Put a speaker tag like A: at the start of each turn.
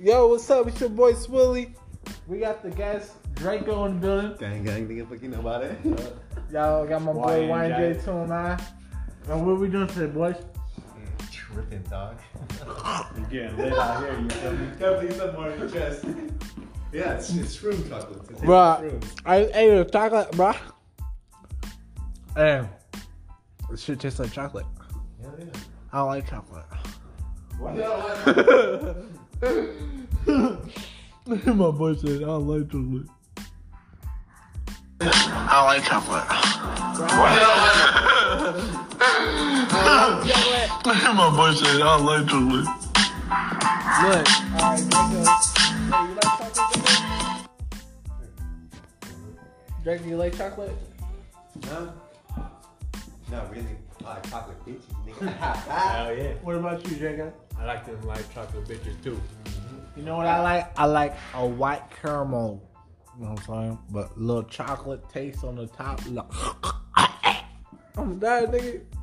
A: Yo, what's up? It's your boy Swilly. We got the guest Draco in the building.
B: Gang, gang, nigga, fucking about it.
A: Y'all got my boy
C: YNJ.
A: YNJ 209. And what we doing today, boys?
B: Tripping, dog.
C: You're getting lit out here, you feel me?
B: Definitely something on your chest. Yeah, it's, it's room chocolates. It's
A: Bruh, I just ate a chocolate, bruh. And this shit tastes like chocolate.
B: Yeah, yeah.
A: I don't like chocolate. my boy said, I don't like chocolate. I don't like chocolate. my boy said, I don't like chocolate. Look. Alright, Draco. Hey, you like chocolate? Draco? Draco, you like chocolate?
B: No, not really. I like chocolate bitches,
C: Hell
B: nigga.
C: yeah.
A: What about you, Draco?
C: I like them like chocolate bitches too.
A: Mm-hmm. You know what I like? I like a white caramel. You know what I'm saying? But little chocolate taste on the top. Like, I'm dying, nigga.